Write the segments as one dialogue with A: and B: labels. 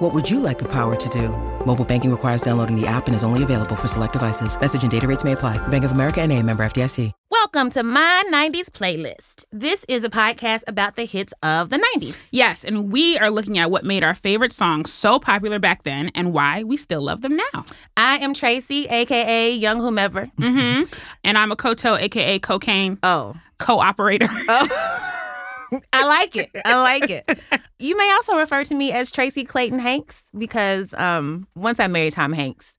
A: What would you like the power to do? Mobile banking requires downloading the app and is only available for select devices. Message and data rates may apply. Bank of America and a member FDIC.
B: Welcome to My 90s Playlist. This is a podcast about the hits of the 90s.
C: Yes, and we are looking at what made our favorite songs so popular back then and why we still love them now.
B: I am Tracy, aka Young Whomever.
C: hmm And I'm a Koto, aka Cocaine uh,
B: Oh,
C: Co-operator.
B: I like it. I like it. You may also refer to me as Tracy Clayton Hanks because um, once I marry Tom Hanks,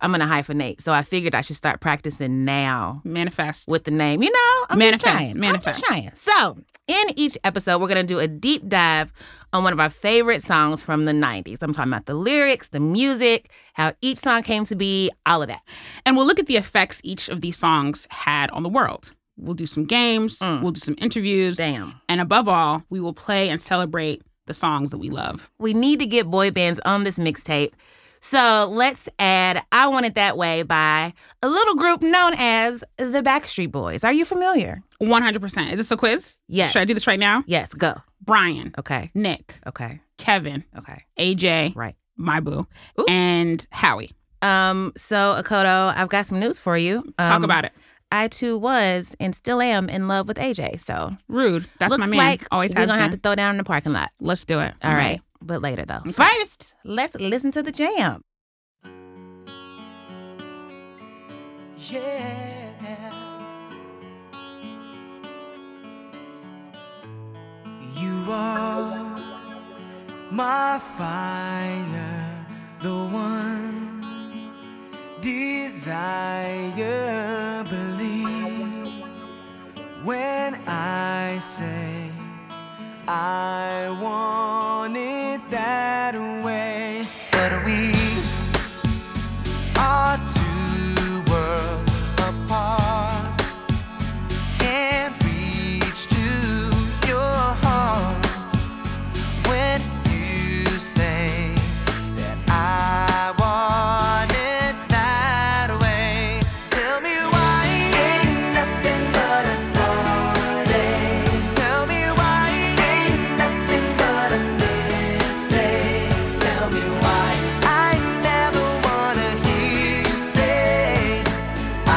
B: I'm going to hyphenate. So I figured I should start practicing now.
C: Manifest.
B: with the name. You know, I'm
C: Manifest,
B: just trying.
C: manifest.
B: I'm just trying. So, in each episode, we're gonna do a deep dive on one of our favorite songs from the '90s. I'm talking about the lyrics, the music, how each song came to be, all of that.
C: And we'll look at the effects each of these songs had on the world. We'll do some games, we'll do some interviews,
B: Mm. Damn.
C: and above all, we will play and celebrate the songs that we love.
B: We need to get boy bands on this mixtape. So let's add "I Want It That Way" by a little group known as the Backstreet Boys. Are you familiar?
C: 100%. Is this a quiz?
B: Yes.
C: Should I do this right now?
B: Yes. Go.
C: Brian,
B: Okay.
C: Nick,
B: Okay.
C: Kevin,
B: Okay.
C: AJ,
B: Right.
C: my boo,
B: Ooh.
C: and Howie.
B: Um. So, Akoto, I've got some news for you.
C: Talk
B: Um,
C: about it.
B: I too was and still am in love with AJ. So
C: Rude. That's
B: looks
C: my man.
B: like
C: Always
B: we're
C: has
B: gonna
C: been.
B: have to throw down in the parking lot.
C: Let's do it.
B: All right, but later though. First, let's listen to the jam.
D: Yeah. You are my fire, the one desire. Believe when I say I want it that way, but we our two worlds apart. Can't reach to your heart when you say that I want it that way. Tell me why ain't nothing but a heartache. Tell me why ain't nothing but a mistake. Tell me why I never wanna hear you say I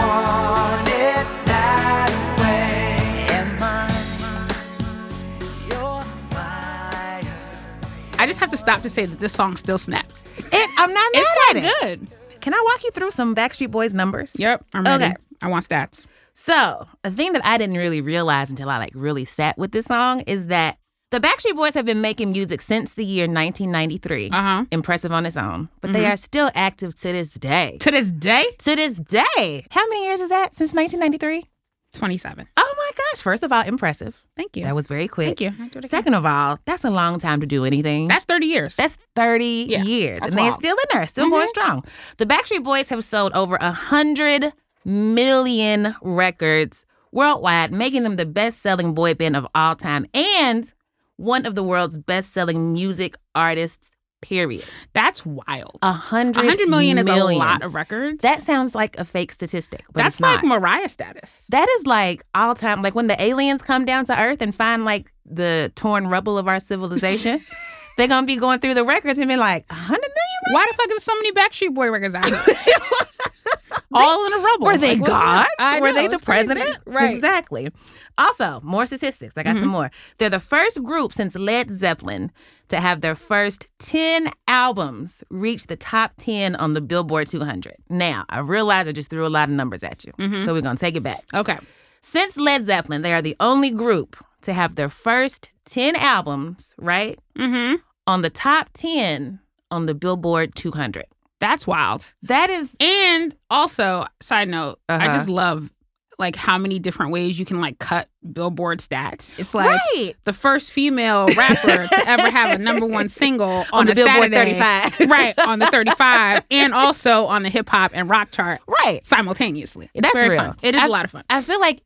D: want it that way. Am I your fire?
C: I just have to stop to say that this song still snaps.
B: It, I'm not mad
C: It's
B: at
C: not
B: it.
C: good.
B: Can I walk you through some Backstreet Boys numbers?
C: Yep. I'm ready.
B: Okay.
C: I want stats.
B: So a thing that I didn't really realize until I like really sat with this song is that the Backstreet Boys have been making music since the year 1993.
C: Uh huh.
B: Impressive on its own, but they
C: Mm-hmm.
B: are still active to this day.
C: To this day,
B: to this day, how many years is that since 1993?
C: 27.
B: Oh my gosh! First of all, impressive.
C: Thank you.
B: That was very quick.
C: Thank you. I do it again.
B: Second of all, that's a long time to do anything.
C: That's 30 years.
B: That's 30
C: Yeah,
B: years.
C: that's
B: and they're
C: wild. Mm-hmm.
B: still in there, still going strong. The Backstreet Boys have sold over 100 million records worldwide, making them the best selling boy band of all time and one of the world's best selling music artists, period.
C: That's wild.
B: 100,
C: 100 million is a lot of records.
B: That sounds like a fake statistic. But
C: That's
B: it's not.
C: like Mariah status.
B: That is like all time, like when the aliens come down to Earth and find like the torn rubble of our civilization, they're gonna be going through the records and be like, "A hundred million?
C: Why the fuck is so many Backstreet Boy records out? here? All in a rubble.
B: Were they
C: Like, what's
B: gods?
C: up? I
B: Were
C: know,
B: they the
C: it's crazy.
B: president?
C: Right. Mm-hmm.
B: Exactly. Also, more statistics. I got some more. They're the first group since Led Zeppelin to have their first 10 albums reach the top 10 on the Billboard 200. Now, I realize I just threw a lot of numbers at you.
C: Mm-hmm.
B: So we're gonna take it back.
C: Okay.
B: Since Led Zeppelin, they are the only group to have their first 10 albums, right?
C: Mm-hmm.
B: On the top 10 on the Billboard 200.
C: That's wild.
B: That is
C: And also, side note, I
B: Uh-huh.
C: just love like how many different ways you can like cut Billboard stats. It's like
B: Right.
C: the first female rapper to ever have a number one single on,
B: the
C: a
B: Billboard
C: Saturday.
B: 35.
C: right on the 35, and also on the hip hop and rock chart
B: Right.
C: simultaneously. It's
B: That's
C: very
B: real.
C: fun. It is
B: I-
C: a lot of fun.
B: I feel like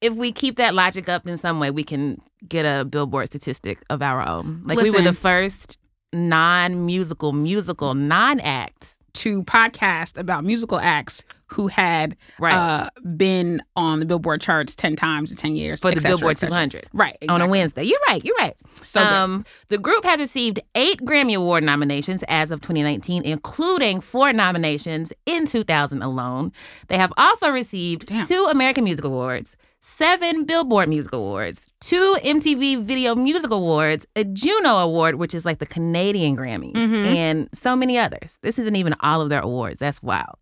B: if we keep that logic up in some way, we can get a Billboard statistic of our own. Like we were the
C: Listen.
B: first non-musical, musical, non-act.
C: to podcast about musical acts who had
B: Right.
C: uh, been on the Billboard charts ten times in ten years
B: For the
C: et cetera,
B: Billboard
C: et cetera.
B: 200.
C: Right.
B: on a
C: exactly.
B: Wednesday. You're right. You're right.
C: So good.
B: um, the group has received eight Grammy Award nominations as of 2019, including four nominations in 2000 alone. They have also received
C: Damn.
B: two American Music Awards, seven Billboard Music Awards, two MTV Video Music Awards, a Juno Award, which is like the Canadian Grammys,
C: Mm-hmm.
B: and so many others. This isn't even all of their awards. That's wild.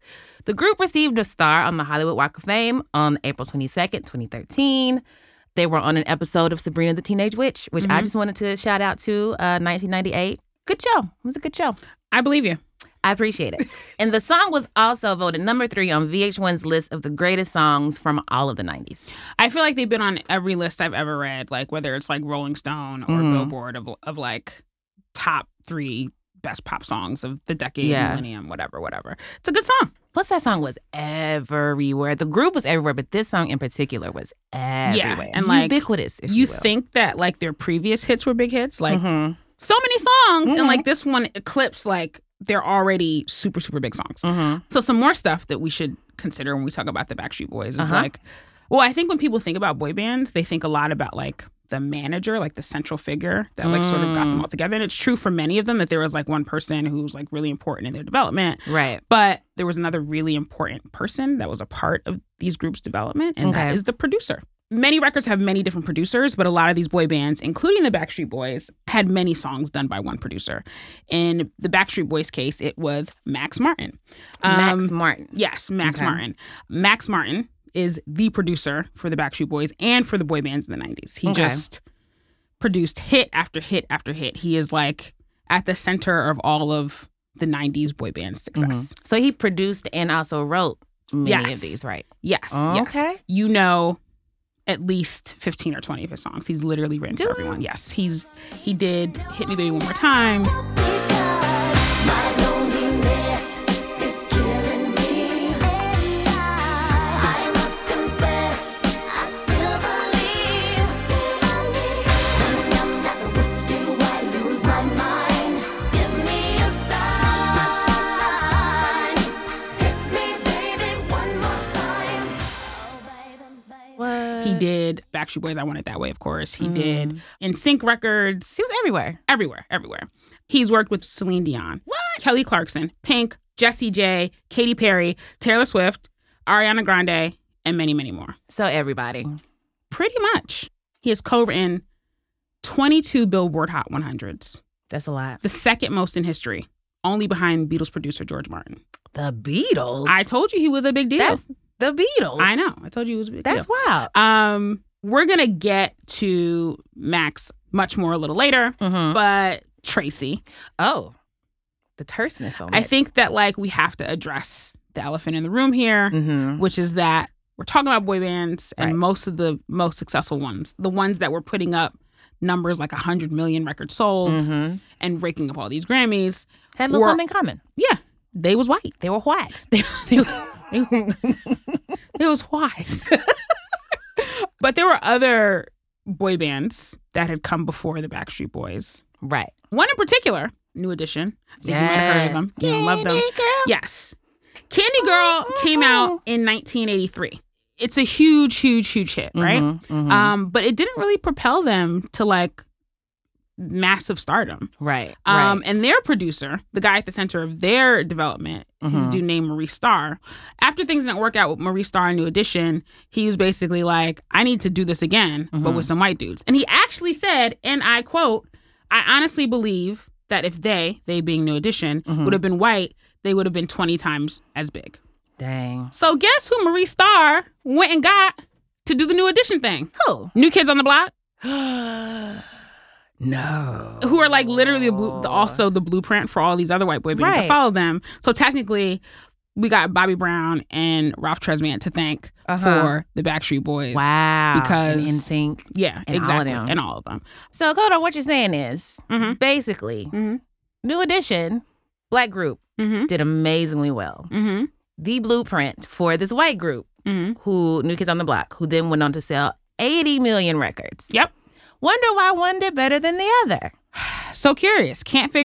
B: The group received a star on the Hollywood Walk of Fame on April 22nd, 2013. They were on an episode of Sabrina the Teenage Witch, which
C: Mm-hmm.
B: I just wanted to shout out to uh, 1998. Good show. It was a good show.
C: I believe you.
B: I appreciate it. and the song was also voted number three on VH1's list of the greatest songs from all of the 90s.
C: I feel like they've been on every list I've ever read, like whether it's like Rolling Stone or
B: Mhm.
C: Billboard of of like top three best pop songs of the decade,
B: Yeah.
C: millennium, whatever, whatever. It's a good song.
B: Plus, that song was everywhere. The group was everywhere, but this song in particular was everywhere.
C: and, like,
B: ubiquitous. If
C: you
B: you, will.
C: think that like their previous hits were big hits, like
B: Mhm.
C: so many songs,
B: Mhm.
C: and like this one eclipsed like they're already super super big songs.
B: Mhm.
C: So some more stuff that we should consider when we talk about the Backstreet Boys is
B: Uh-huh.
C: like, well, I think when people think about boy bands, they think a lot about like the manager, like the central figure that like sort of got
B: Mm.
C: them all together. And it's true for many of them that there was like one person who was like really important in their development.
B: Right.
C: But there was another really important person that was a part of these groups' development, and
B: Okay.
C: that is the producer. Many records have many different producers, but a lot of these boy bands, including the Backstreet Boys, had many songs done by one producer. In the Backstreet Boys case, it was Max Martin. Um,
B: Max Martin.
C: Yes, Max
B: Okay.
C: Martin. Max Martin is the producer for the Backstreet Boys and for the boy bands in the 90s. He
B: Okay.
C: just produced hit after hit after hit. He is like at the center of all of the 90s boy band success.
B: So he produced and also wrote many of
C: Yes.
B: these, right?
C: Yes,
B: Okay.
C: yes. You know at least 15 or 20 of his songs. He's literally written
B: Do
C: for everyone. Yes, he's he did Hit Me Baby One More Time.
B: What?
C: He did Backstreet Boys I Want It That Way, of course. He
B: Mm.
C: did In Sync Records.
B: He was everywhere.
C: everywhere, everywhere. He's worked with Celine Dion, Kelly Clarkson, Pink, Jessie J, Katy Perry, Taylor Swift, Ariana Grande, and many, many more.
B: So everybody.
C: Pretty much. He has co-written 22 Billboard Hot 100s,
B: That's a lot.
C: the second most in history, only behind Beatles producer George Martin.
B: The Beatles.
C: I told you he was a big deal.
B: That's the Beatles.
C: I know. I told you he was a big deal.
B: That's wild.
C: Um, we're gonna get to Max much more a little later,
B: Mm-hmm.
C: but Tracy,
B: Oh, the terseness on
C: I
B: it.
C: think that like we have to address the elephant in the room here,
B: Mm-hmm.
C: which is that we're talking about boy bands and
B: Right.
C: most of the most successful ones, the ones that were putting up numbers like 100 million records sold
B: Mm-hmm.
C: and raking up all these Grammys.
B: Had a little
C: Were-
B: something in common.
C: Yeah, they was white.
B: They were white.
C: They, they, they, they was white. but there were other boy bands that had come before the Backstreet Boys.
B: Right.
C: One in particular, New Edition. I think you might have heard of them. You don't love them.
B: Candy girl.
C: Yes. Candy Girl came out in 1983. It's a huge, huge, huge hit, right?
B: Mhm, mhm.
C: Um, but it didn't really propel them to like massive stardom.
B: right.
C: Um,
B: right.
C: And their producer, the guy at the center of their development, is a dude named Maurice Starr. After things didn't work out with Maurice Starr and New Edition, he was basically like, I need to do this again, but with some white dudes. And he actually said, and I quote, I honestly believe that if they, they being New Edition, would have been white, they would have been 20 times as big.
B: Dang.
C: So guess who Maurice Starr went and got to do the New Edition thing?
B: Who?
C: New Kids on the Block?
B: No.
C: who are like literally the blue, the- also the blueprint for all these other white boy bands
B: Right.
C: that follow them. So technically, we got Bobby Brown and Ralph Tresvant to thank for the Backstreet Boys.
B: Uh-huh. Wow.
C: Because-
B: in sync.
C: Yeah,
B: And all of
C: exactly.
B: them.
C: And all of them.
B: So Kodo, what you're saying is
C: Mhm.
B: basically
C: Mhm.
B: New Edition, black group
C: Mm-hmm.
B: did amazingly well.
C: Mm-hmm.
B: The blueprint for this white group
C: Mm-hmm.
B: who New Kids on the Block, who then went on to sell 80 million records.
C: Yep.
B: Wonder why one did better than the other.
C: So curious. Can't figure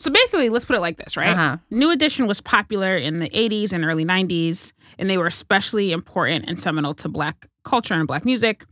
C: so basically, let's put it like this, right?
B: Hmm. Uh-huh.
C: New Edition was popular in the 80s and early 90s, and they were especially important and seminal to Black culture and Black music.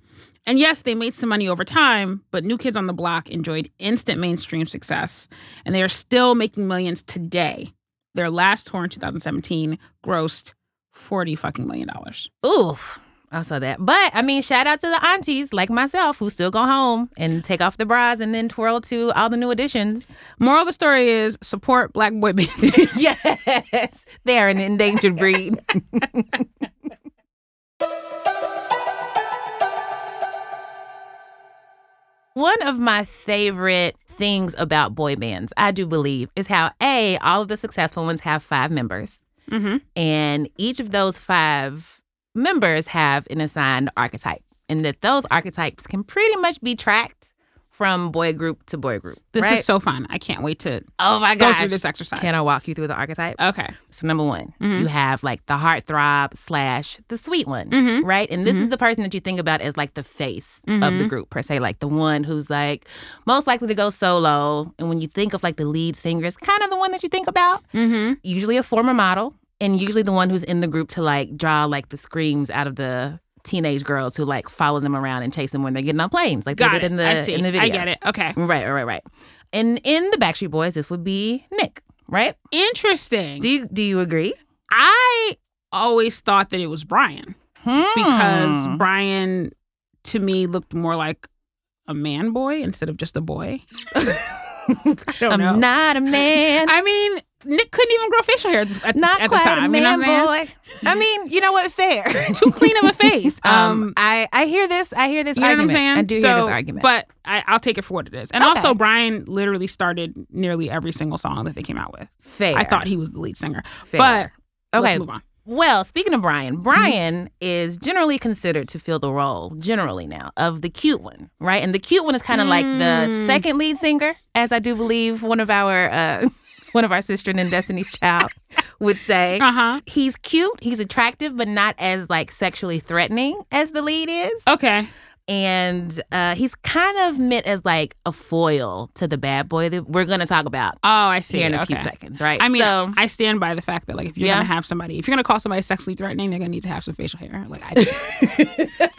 C: And yes, they made some money over time, but New Kids on the Block enjoyed instant mainstream success, and they are still making millions today. Their last tour in 2017 grossed 40 fucking million dollars.
B: Oof. I saw that. But I mean, shout out to the aunties like myself who still go home and take off the bras and then twirl to all the new additions.
C: Moral of the story is support black boy bands.
B: yes, they are an endangered breed. One of my favorite things about boy bands, I do believe, is how A, all of the successful ones have five members,
C: mm-hmm.
B: and each of those five members have an assigned archetype, and that those archetypes can pretty much be tracked from boy group to boy group.
C: This
B: right?
C: is so fun. I can't wait to
B: oh my
C: go
B: gosh.
C: through this exercise.
B: Can I walk you through the archetypes?
C: Okay.
B: So number one,
C: Mhm.
B: you have like the heartthrob slash the sweet one,
C: Mhm.
B: right? And this is
C: Mhm.
B: the person that you think about as like the face of the
C: Mhm.
B: group per se, like the one who's like most likely to go solo. And when you think of like the lead singer, it's kind of the one that you think about.
C: Mm-hmm.
B: Usually a former model, and usually the one who's in the group to like draw like the screams out of the teenage girls who like follow them around and chase them when they're getting on planes, like
C: Got
B: they
C: it.
B: did in the
C: I see.
B: in the video.
C: I get it. Okay.
B: Right, right, right, right. And in the Backstreet Boys, this would be Nick, right?
C: Interesting.
B: Do you do you agree?
C: I always thought that it was Brian because
B: Hmm.
C: Brian to me looked more like a man boy instead of just a boy. I don't
B: I'm
C: know.
B: not a man.
C: I mean, Nick couldn't even grow facial hair at, at,
B: not
C: at the
B: quite
C: time.
B: a
C: you know what
B: man,
C: I'm saying? Um,
B: boy. I mean, you know what? Fair.
C: Too clean of a face.
B: Um,
C: Um,
B: I I hear this. I hear this
C: you know
B: argument.
C: what I'm saying?
B: I do
C: so,
B: hear this argument.
C: But I, I'll take it for what it is. And
B: Okay.
C: also, Brian literally started nearly every single song that they came out with.
B: fair.
C: I thought he was the lead singer.
B: fair.
C: But
B: okay.
C: let's move on. Mm-hmm.
B: Well, speaking of Brian, Brian is generally considered to fill the role, generally now, of the cute one, right? And the cute one is kind of like the
C: Mm.
B: second lead singer, as I do believe one of our uh, one of our sisters in Destiny's Child would say.
C: Uh huh.
B: He's cute, he's attractive, but not as like sexually threatening as the lead is.
C: Okay.
B: and uh, he's kind of meant as like a foil to the bad boy that we're going to talk about
C: Oh, I see.
B: here in a
C: okay.
B: few seconds, right?
C: I mean,
B: so,
C: I stand by the fact that like if you're
B: Yeah.
C: gonna have somebody, if you're gonna call somebody sexually threatening, they're gonna need to have some facial hair. Like I just,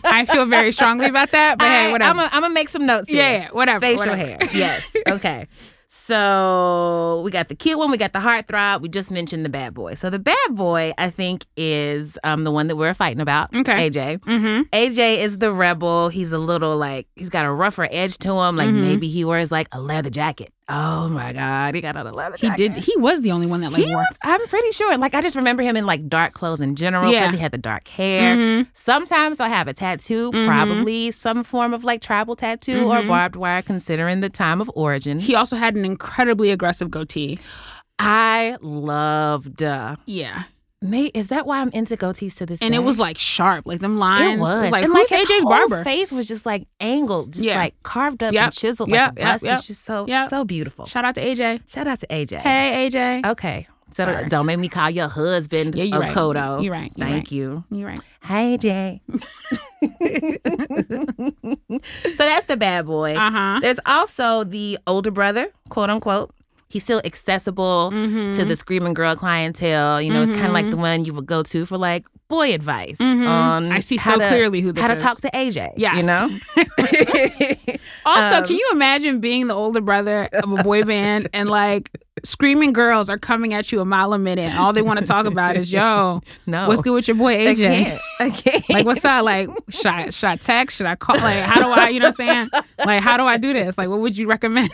C: I feel very strongly about that. But hey,
B: I'm
C: whatever.
B: gonna I'm gonna make some notes.
C: Yeah,
B: here.
C: yeah, whatever,
B: Facial
C: whatever.
B: hair, yes. Okay, so we got the cute one, we got the heartthrob. We just mentioned the bad boy. So the bad boy, I think, is um the one that we're fighting about.
C: Okay.
B: AJ.
C: mm-hmm.
B: AJ is the rebel. He's a little like he's got a rougher edge to him. Like
C: Mhm.
B: maybe he wears like a leather jacket. Oh my god, he got on a leather
C: He
B: jacket.
C: did. He was the only one that like
B: he
C: wore.
B: was, I'm pretty sure. Like I just remember him in like dark clothes in general because
C: Yeah.
B: he had the dark hair.
C: Mhm.
B: Sometimes I have a tattoo,
C: Mhm.
B: probably some form of like tribal tattoo or
C: Mhm.
B: barbed wire, considering the time of origin.
C: He also had an incredibly aggressive goatee.
B: I loved uh,
C: Yeah.
B: Mate, is that why I'm into goatees to this
C: And
B: day?
C: it was like sharp, like them lines.
B: It was.
C: like
B: and
C: who's
B: his
C: AJ's
B: whole
C: barber?
B: face was just like angled, just
C: Yeah.
B: like carved up
C: Yep.
B: and chiseled
C: Yep,
B: like a
C: yep,
B: bust.
C: yep.
B: It's just so
C: Yep.
B: so beautiful.
C: Shout out to AJ.
B: Shout out to AJ.
C: Hey AJ.
B: Okay. So
C: Sorry.
B: don't make me call your husband
C: Yeah,
B: a
C: you're right.
B: Kodo.
C: You're right. You're
B: Thank
C: right.
B: you.
C: You right.
B: Hey Jay. so that's the bad boy.
C: Uh huh.
B: There's also the older brother, quote unquote. He's still accessible to
C: Mm-hmm.
B: the screaming girl clientele. You know, it's kind of like the one you would go to for like boy advice on
C: Mm-hmm. I see
B: how
C: so
B: to-
C: clearly who this
B: how
C: is.
B: to talk to AJ.
C: Yes.
B: you know.
C: Also,
B: Um,
C: can you imagine being the older brother of a boy band and like screaming girls are coming at you a mile a minute? And all they want to talk about is yo,
B: No.
C: what's good with your boy
B: I
C: AJ?
B: can't. I can't.
C: Like, what's up? Like, should I, should I text? Should I call? Like, how do I, you know what I'm saying? Like, how do I do this? Like, what would you recommend?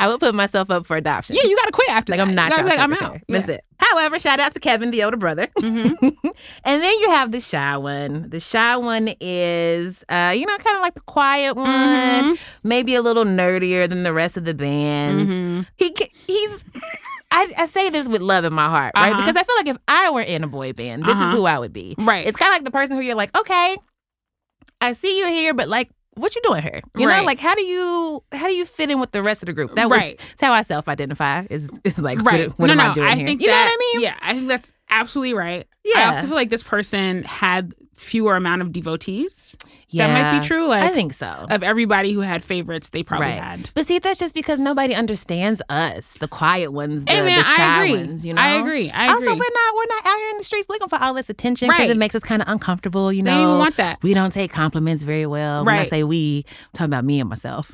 B: I would put myself up for adoption.
C: Yeah, you got to quit after
B: Like
C: that.
B: I'm not
C: You gotta
B: your
C: be like, I'm
B: secretary.
C: out.
B: That's
C: Yeah.
B: it. However, shout out to Kevin, the older brother. and then you have the shy one. The shy one is, uh, you know, kind of like the quiet one, maybe a little nerdier than the rest of the bands.
C: Mm-hmm.
B: He ca- he's. I, I say this with love in my heart, right?
C: Uh-huh.
B: Because I feel like if I were in a boy band, this is
C: Uh-huh.
B: who I would be.
C: Right.
B: It's kind of like the person who you're like, okay, I see you here, but like, what you doing here? You
C: Right.
B: know, like how do you how do you fit in with the rest of the group? That
C: Right.
B: right. That's how I self identify. Is is like
C: right.
B: What, what
C: no,
B: am
C: no,
B: I doing
C: I
B: here?
C: think
B: you
C: that,
B: know what I mean?
C: Yeah, I think that's absolutely right. I
B: Yeah.
C: also feel like this person had fewer amount of devotees. That might be
B: Yeah.
C: true. Like,
B: I think so.
C: of everybody who had favorites, they probably
B: right.
C: had.
B: But see, that's just because nobody understands us, the quiet ones, the,
C: Hey, man,
B: the shy
C: I agree.
B: ones. You know,
C: I agree. I agree.
B: Also, we're not we're not out here in the streets looking for all this attention because
C: Right.
B: it makes us kind of uncomfortable. You
C: They
B: know,
C: didn't even want that.
B: We don't take compliments very well. When I
C: Right.
B: say we, I'm talking about me and myself.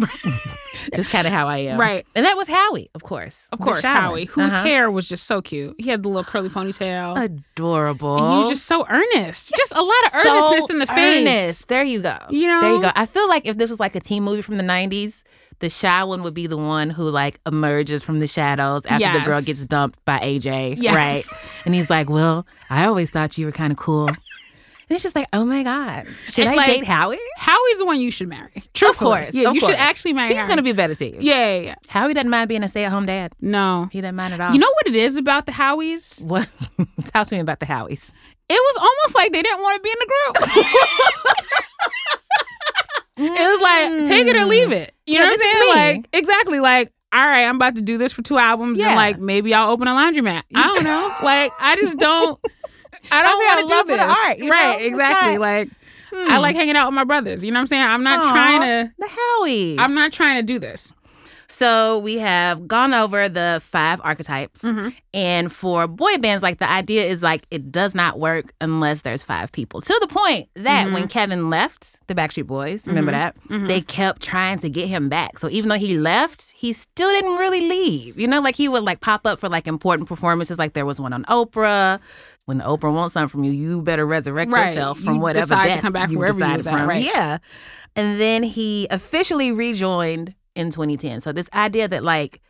B: just kind of how I am.
C: Right.
B: And that was Howie, of course.
C: Of
B: The
C: course,
B: shy one.
C: Howie, whose
B: Uh-huh.
C: hair was just so cute. He had the little curly ponytail.
B: adorable.
C: and he was just so earnest. Just a lot of
B: so
C: earnestness in the face.
B: earnest. There you go.
C: You know?
B: There you go. I feel like if this was like a teen movie from the '90s, the shy one would be the one who like emerges from the shadows after the girl
C: Yes.
B: gets dumped by AJ,
C: Yes.
B: right? And he's like, "Well, I always thought you were kind of cool." And it's just like, "Oh my god, should
C: And,
B: I
C: like,
B: date Howie?
C: Howie's the one you should marry.
B: Of
C: Truthfully.
B: course.
C: Yeah,
B: of
C: you
B: course.
C: should actually marry
B: He's
C: her.
B: gonna be better to you.
C: Yeah, yeah, yeah.
B: Howie doesn't mind being a stay-at-home dad.
C: No.
B: He doesn't mind at all.
C: You know what it is about the Howies? It
B: what? Talk to me about the Howies.
C: was almost like they didn't want to be in the group. it was like, take it or leave it. You
B: Mm. Yeah,
C: know what
B: this is
C: I'm
B: me.
C: saying? Like, exactly. Like, all right, I'm about to do this for two albums
B: Yeah.
C: and like maybe I'll open a laundromat. I don't know. Like, I just don't. I don't
B: mean, Oh, I
C: want to
B: love
C: do
B: for
C: this.
B: the art, you
C: right,
B: know? It's
C: exactly.
B: not-
C: like, I like hanging out with my brothers. You know what I'm saying? I'm not
B: Aw,
C: trying to.
B: the Howies.
C: I'm not trying to do this.
B: So we have gone over the five archetypes.
C: Mm-hmm.
B: And for boy bands, like the idea is like it does not work unless there's five people. To the point that
C: Mm-hmm.
B: when Kevin left the Backstreet Boys, remember that? They kept trying to get him back. So even though he left, he still didn't really leave. You know, like he would like pop up for like important performances. Like there was one on Oprah. When Oprah wants something from you, you better resurrect
C: Right.
B: yourself from
C: You
B: whatever
C: decide to
B: death
C: come back
B: you've
C: wherever you
B: decided
C: was at,
B: from.
C: right.
B: Yeah. And then he officially rejoined in 2010. So this idea that like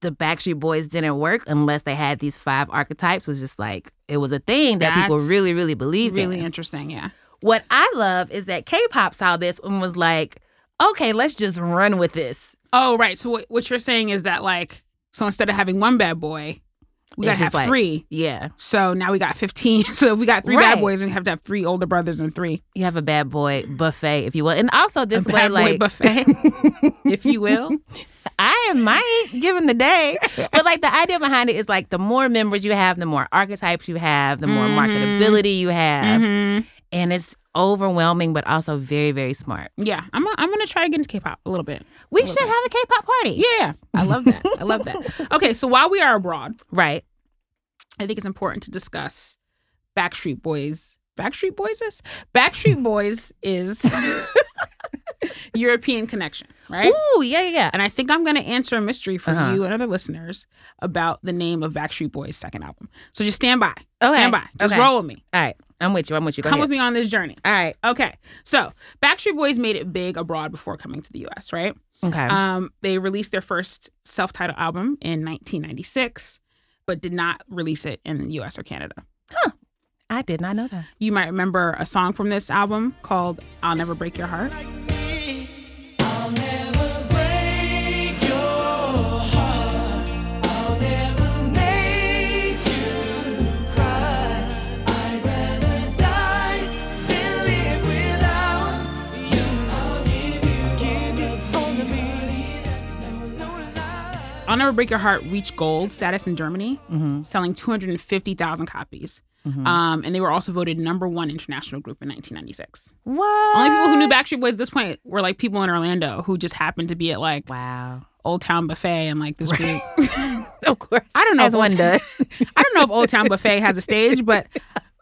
B: the Backstreet Boys didn't work unless they had these five archetypes was just like it was a thing that people
C: That's
B: really, really believed
C: Really
B: in.
C: interesting. Yeah.
B: What I love is that K-pop saw this and was like, okay, let's just run with this.
C: Oh, right. So what, what you're saying is that like, so instead of having one bad boy, we
B: It's
C: gotta
B: just
C: have
B: like-
C: three.
B: Yeah,
C: So now we got 15. So if we got three
B: Right.
C: bad boys, we have to have three older brothers and three
B: you have a bad boy buffet, if you will, and also this
C: a
B: way,
C: bad boy
B: like
C: buffet, if you will.
B: I might given the day. But like the idea behind it is like the more members you have, the more archetypes you have, the
C: Mm-hmm.
B: more marketability you have. And it's overwhelming, but also very, very smart.
C: Yeah, I'm gonna, I'm gonna try to get into K-pop a little bit.
B: We should have a K pop party.
C: Yeah, I love that. I love that. Okay, so while we are abroad,
B: Right.
C: I think it's important to discuss Backstreet Boys. Backstreet Boys is Backstreet Boys is European connection, right?
B: Ooh, yeah, yeah, yeah.
C: And I think I'm going to answer a mystery for
B: Uh-huh.
C: you and other listeners about the name of Backstreet Boys' second album. So just stand by.
B: Okay.
C: Stand by. Just
B: Okay.
C: roll with me.
B: All right. I'm with you. I'm with you. Go
C: Come
B: ahead.
C: with me on this journey.
B: All right.
C: Okay. So Backstreet Boys made it big abroad before coming to the US, right?
B: Okay.
C: Um, they released their first self titled album in 1996, but did not release it in the US or Canada.
B: I did not know that.
C: You might remember a song from this album called I'll Never Break Your Heart.
D: Make you cry.
C: I'll Never Break Your Heart reached gold status in Germany,
B: Mm-hmm.
C: selling 250,000 copies. Um, and they were also voted number one international group in 1996.
B: What?
C: Only people who knew Backstreet Boys at this point were like people in Orlando who just happened to be at like
B: Wow.
C: Old Town Buffet and like this group.
B: Of course.
C: I don't know
B: As
C: if
B: one
C: Old
B: does.
C: I don't know if Old Town Buffet has a stage, but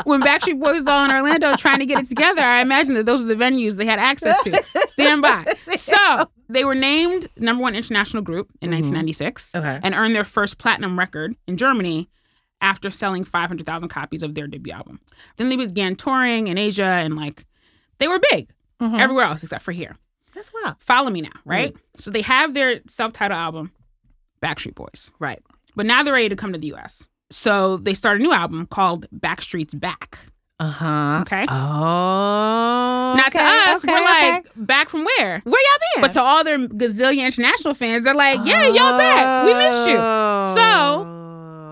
C: when Backstreet Boys was all in Orlando trying to get it together, I imagine that those are the venues they had access to. Stand by. So they were named number one international group in 1996
B: Okay.
C: and earned their first platinum record in Germany after selling 500,000 copies of their debut album. Then they began touring in Asia and like they were big everywhere else except for here.
B: That's wild.
C: Follow Me Now,
B: Mm.
C: right? So they have their self titled album, Backstreet Boys.
B: Right.
C: But now they're ready to come to the US. So they start a new album called Backstreet's Back.
B: Uh huh.
C: Okay.
B: Oh.
C: Not to
B: okay,
C: us,
B: okay,
C: we're
B: okay.
C: like, back from where?
B: where y'all been?
C: But to all their gazillion international fans, they're like, yeah, y'all back. We missed you. So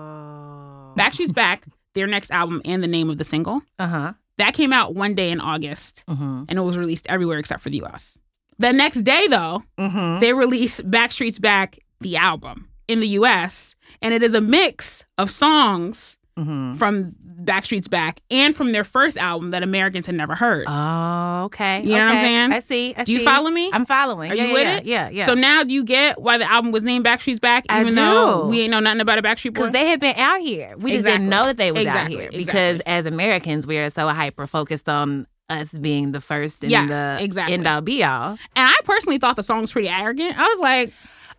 B: So.
C: Backstreet's Back, their next album and the name of the single,
B: Uh huh.
C: that came out one day in August
B: Mm
C: and it was released everywhere except for the US. The next day, though,
B: hmm. Mm hmm.
C: Mm-hmm. they release Backstreet's Back, the album, in the US. And it is a mix of songs
B: Mm-hmm.
C: from Backstreet's Back and from their first album that Americans had never heard.
B: Oh, okay.
C: You know what I'm
B: okay.
C: saying?
B: I see. I
C: Do you
B: see.
C: follow me?
B: I'm following.
C: Are
B: yeah,
C: you
B: yeah,
C: with
B: yeah,
C: it?
B: Yeah, yeah.
C: So now do you get why the album was named Backstreet's Back,
B: I
C: even though
B: do.
C: we ain't know nothing about a Backstreet Boy?
B: because they had been out here, we just
C: Exactly.
B: didn't know that they was
C: Exactly,
B: out here
C: exactly.
B: because as Americans, we are so hyper focused on us being the first and
C: Yes,
B: the
C: exactly.
B: end all be all.
C: and I personally thought the song was pretty arrogant. I was like,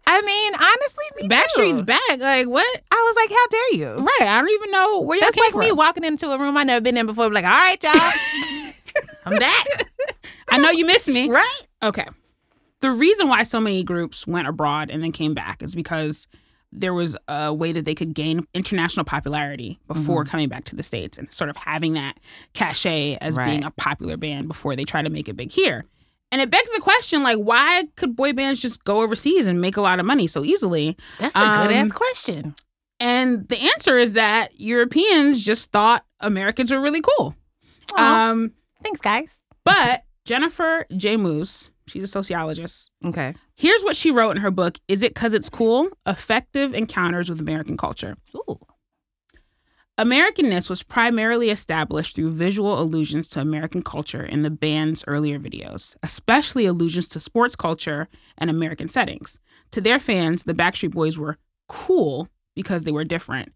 B: I mean, honestly, me
C: Backstreet's
B: too.
C: Back, like what?
B: I was like, how dare you?
C: Right, I don't even know where you
B: That's
C: came
B: like
C: from.
B: me walking into a room I never been in before. be Like, all right, y'all, I'm back.
C: I know you miss me.
B: Right?
C: Okay. The reason why so many groups went abroad and then came back is because there was a way that they could gain international popularity before
B: Mm-hmm.
C: coming back to the States and sort of having that cachet as
B: Right.
C: being a popular band before they try to make it big here. And it begs the question like, why could boy bands just go overseas and make a lot of money so easily?
B: That's a
C: Um,
B: good ass question.
C: And the answer is that Europeans just thought Americans were really cool.
B: Aw,
C: Um,
B: thanks, guys.
C: but Jennifer J. Moose, she's a sociologist,
B: Okay.
C: Here's what she wrote in her book Is It Because It's Cool? Effective Encounters with American Culture.
B: Ooh.
C: Americanness was primarily established through visual allusions to American culture in the band's earlier videos, especially allusions to sports culture and American settings. To their fans, the Backstreet Boys were cool because they were different,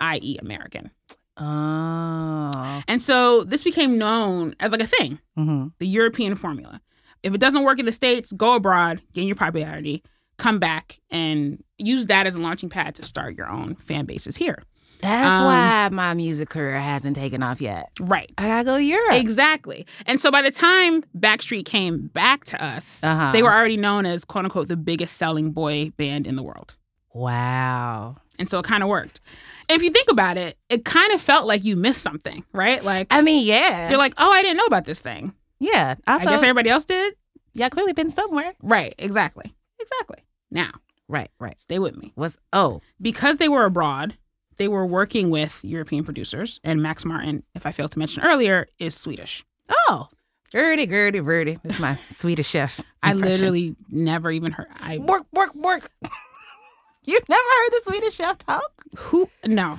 C: i.e., American.
B: Oh.
C: And so this became known as like a thing.
B: Mm-hmm.
C: the European formula. If it doesn't work in the States, go abroad, gain your popularity, come back, and use that as a launching pad to start your own fan bases here.
B: That's
C: Um,
B: why my music career hasn't taken off yet.
C: Right.
B: I gotta go to Europe.
C: Exactly. And so by the time Backstreet came back to us,
B: Uh-huh.
C: they were already known as quote unquote the biggest selling boy band in the world.
B: wow.
C: And so it kind of worked. If you think about it, it kind of felt like you missed something, right? Like
B: I mean, yeah.
C: you're like, oh, I didn't know about this thing.
B: yeah. Also,
C: I guess everybody else did.
B: y'all clearly been somewhere.
C: Right. Exactly. Exactly. Now,
B: Right. Right.
C: stay with me.
B: What's oh
C: because they were abroad, they were working with European producers, and Max Martin, if I failed to mention earlier, is Swedish.
B: oh. Gertie, Gertie, Verdi. This is my Swedish chef.
C: I
B: impression.
C: literally never even heard. I
B: work, work, work. You've never heard the Swedish chef talk
C: who no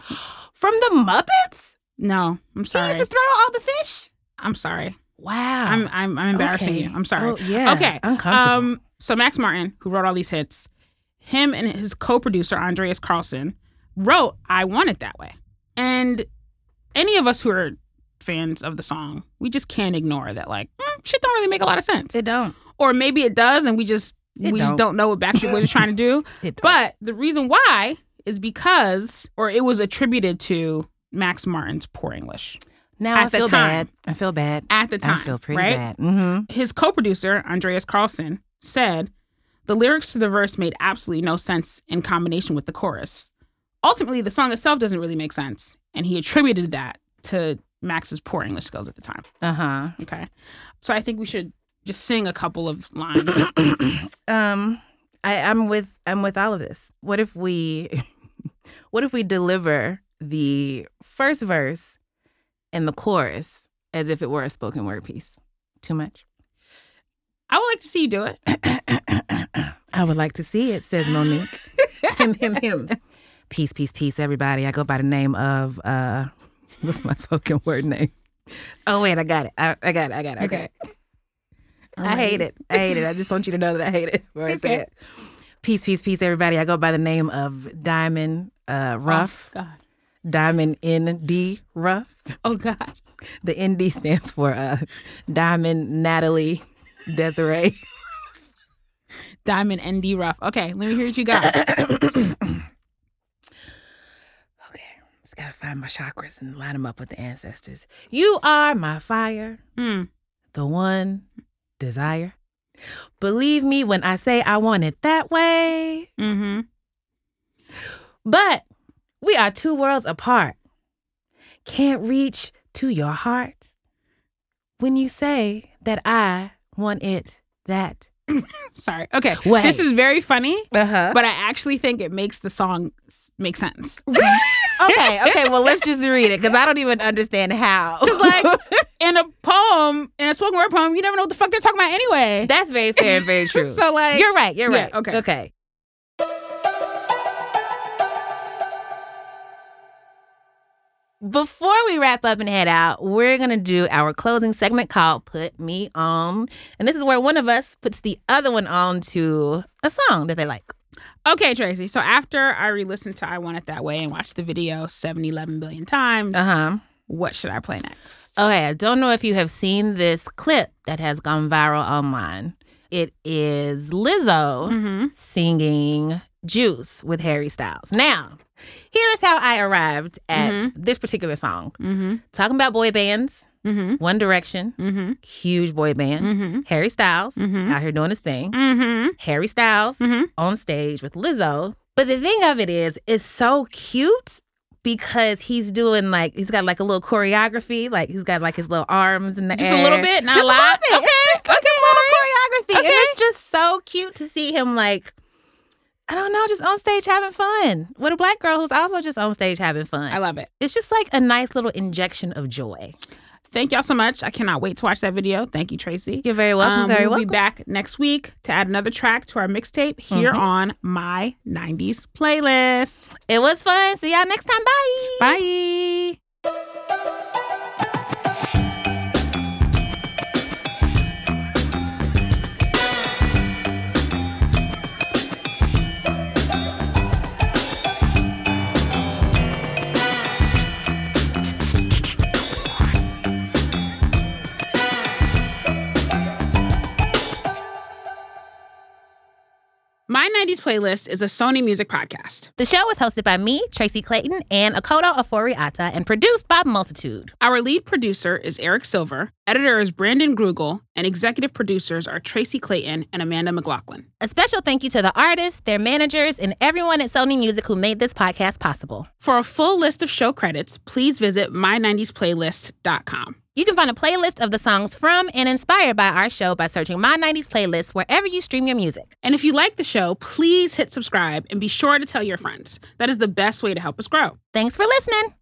B: from the Muppets?
C: no. I'm
B: He
C: sorry.
B: used to throw all the fish.
C: I'm sorry.
B: Wow.
C: I'm I'm I'm embarrassing
B: Oh, Okay.
C: you. I'm sorry.
B: Oh, yeah.
C: Okay. um,
B: Uncomfortable.
C: so Max Martin, who wrote all these hits, him and his co-producer Andreas Carlson wrote "I Want It That Way," and any of us who are fans of the song, we just can't ignore that. Like, mm, shit don't really make a lot of sense.
B: They don't.
C: or maybe it does, and we just
B: It
C: we just
B: don't.
C: don't know what Backstreet Boys is trying to do.
B: It don't.
C: But the reason why is because, or it was attributed to Max Martin's poor English
B: Now
C: at
B: I
C: the
B: feel
C: time-
B: bad. I feel bad.
C: at the time.
B: I feel pretty
C: right?
B: bad. Mm-hmm.
C: His co-producer Andreas Carlson said the lyrics to the verse made absolutely no sense in combination with the chorus. Ultimately, the song itself doesn't really make sense, and he attributed that to Max's poor English skills at the time.
B: Uh
C: Okay, so I think we should just sing a couple of lines.
B: huh. Um, I, I'm with I'm with all of this. What if we, what if we deliver the first verse and the chorus as if it were a spoken word piece? Too much.
C: I would like to see you do it.
B: I would like to see it, says Monique. him, him, him. Peace, peace, peace, everybody. I go by the name of uh, what's my spoken word name? Oh wait, I got it. I, I got it. I got it. Okay. I
C: "Mm."
B: hate it. I hate it. I just want you to know that I hate it. Before I say
C: Okay.
B: it. Peace, peace, peace, everybody. I go by the name of Diamond uh, Ruff.
C: Oh, God.
B: Diamond ND Ruff.
C: Oh God.
B: The ND stands for uh, Diamond Natalie Desiree.
C: Diamond ND Ruff. Okay, let me hear what you got.
B: Okay, just gotta find my chakras and line them up with the ancestors. You are my fire,
C: Hmm.
B: the one desire. Believe me when I say I want it that way.
C: Mm-hmm.
B: But we are two worlds apart. Can't reach to your heart when you say that I want it that.
C: Sorry. Okay.
B: Wait.
C: This is very funny,
B: Uh huh.
C: but I actually think it makes the song s- make sense.
B: Okay, okay. Well, let's just read it because I don't even understand how.
C: Because like in a poem, in a spoken word poem, you never know what the fuck they're talking about anyway.
B: that's very fair and very true.
C: So like
B: you're right. You're
C: Yeah,
B: right.
C: okay.
B: Okay. Before we wrap up and head out, we're going to do our closing segment called Put Me On. And this is where one of us puts the other one on to a song that they like.
C: Okay, Tracy. So after I re-listened to "I Want It That Way" and watched the video 7, 11 billion times,
B: Uh huh.
C: what should I play next?
B: Okay, I don't know if you have seen this clip that has gone viral online. It is Lizzo
C: Mm-hmm.
B: singing Juice with Harry Styles. Now, here's how I arrived at this particular song.
C: Mm-hmm.
B: Talking about boy bands,
C: Mm-hmm.
B: One Direction,
C: Mm-hmm.
B: huge boy band.
C: Mm-hmm.
B: Harry Styles
C: Mhm.
B: out here doing his thing.
C: Mm-hmm.
B: Harry Styles
C: Mhm.
B: on stage with Lizzo. But the thing of it is, it's so cute because he's doing like he's got like a little choreography, like he's got like his little arms in the
C: Just
B: air.
C: a little bit, not
B: just
C: a lot.
B: little bit. It's just like a little choreography, and
C: Okay.
B: it's just so cute to see him like. I don't know, just on stage having fun with a black girl who's also just on stage having fun.
C: I love it.
B: it's just like a nice little injection of joy.
C: Thank y'all so much. I cannot wait to watch that video. Thank you, Tracy.
B: You're very welcome.
C: Um,
B: very
C: we'll
B: welcome.
C: be back next week to add another track to our mixtape here
B: Mm-hmm.
C: on my 90s playlist.
B: It was fun. See y'all next time. Bye.
C: Bye. My 90s playlist is a Sony Music podcast.
B: The show is hosted by me, Tracy Clayton, and Akoto Aforiata, and produced by Multitude.
C: Our lead producer is Eric Silver, editor is Brandon Grugel, and executive producers are Tracy Clayton and Amanda McLaughlin.
B: A special thank you to the artists, their managers, and everyone at Sony Music who made this podcast possible.
C: For a full list of show credits, please visit my90splaylist.com.
B: You can find a playlist of the songs from and inspired by our show by searching My 90s Playlist wherever you stream your music.
C: And if you like the show, please hit subscribe and be sure to tell your friends. That is the best way to help us grow.
B: Thanks for listening.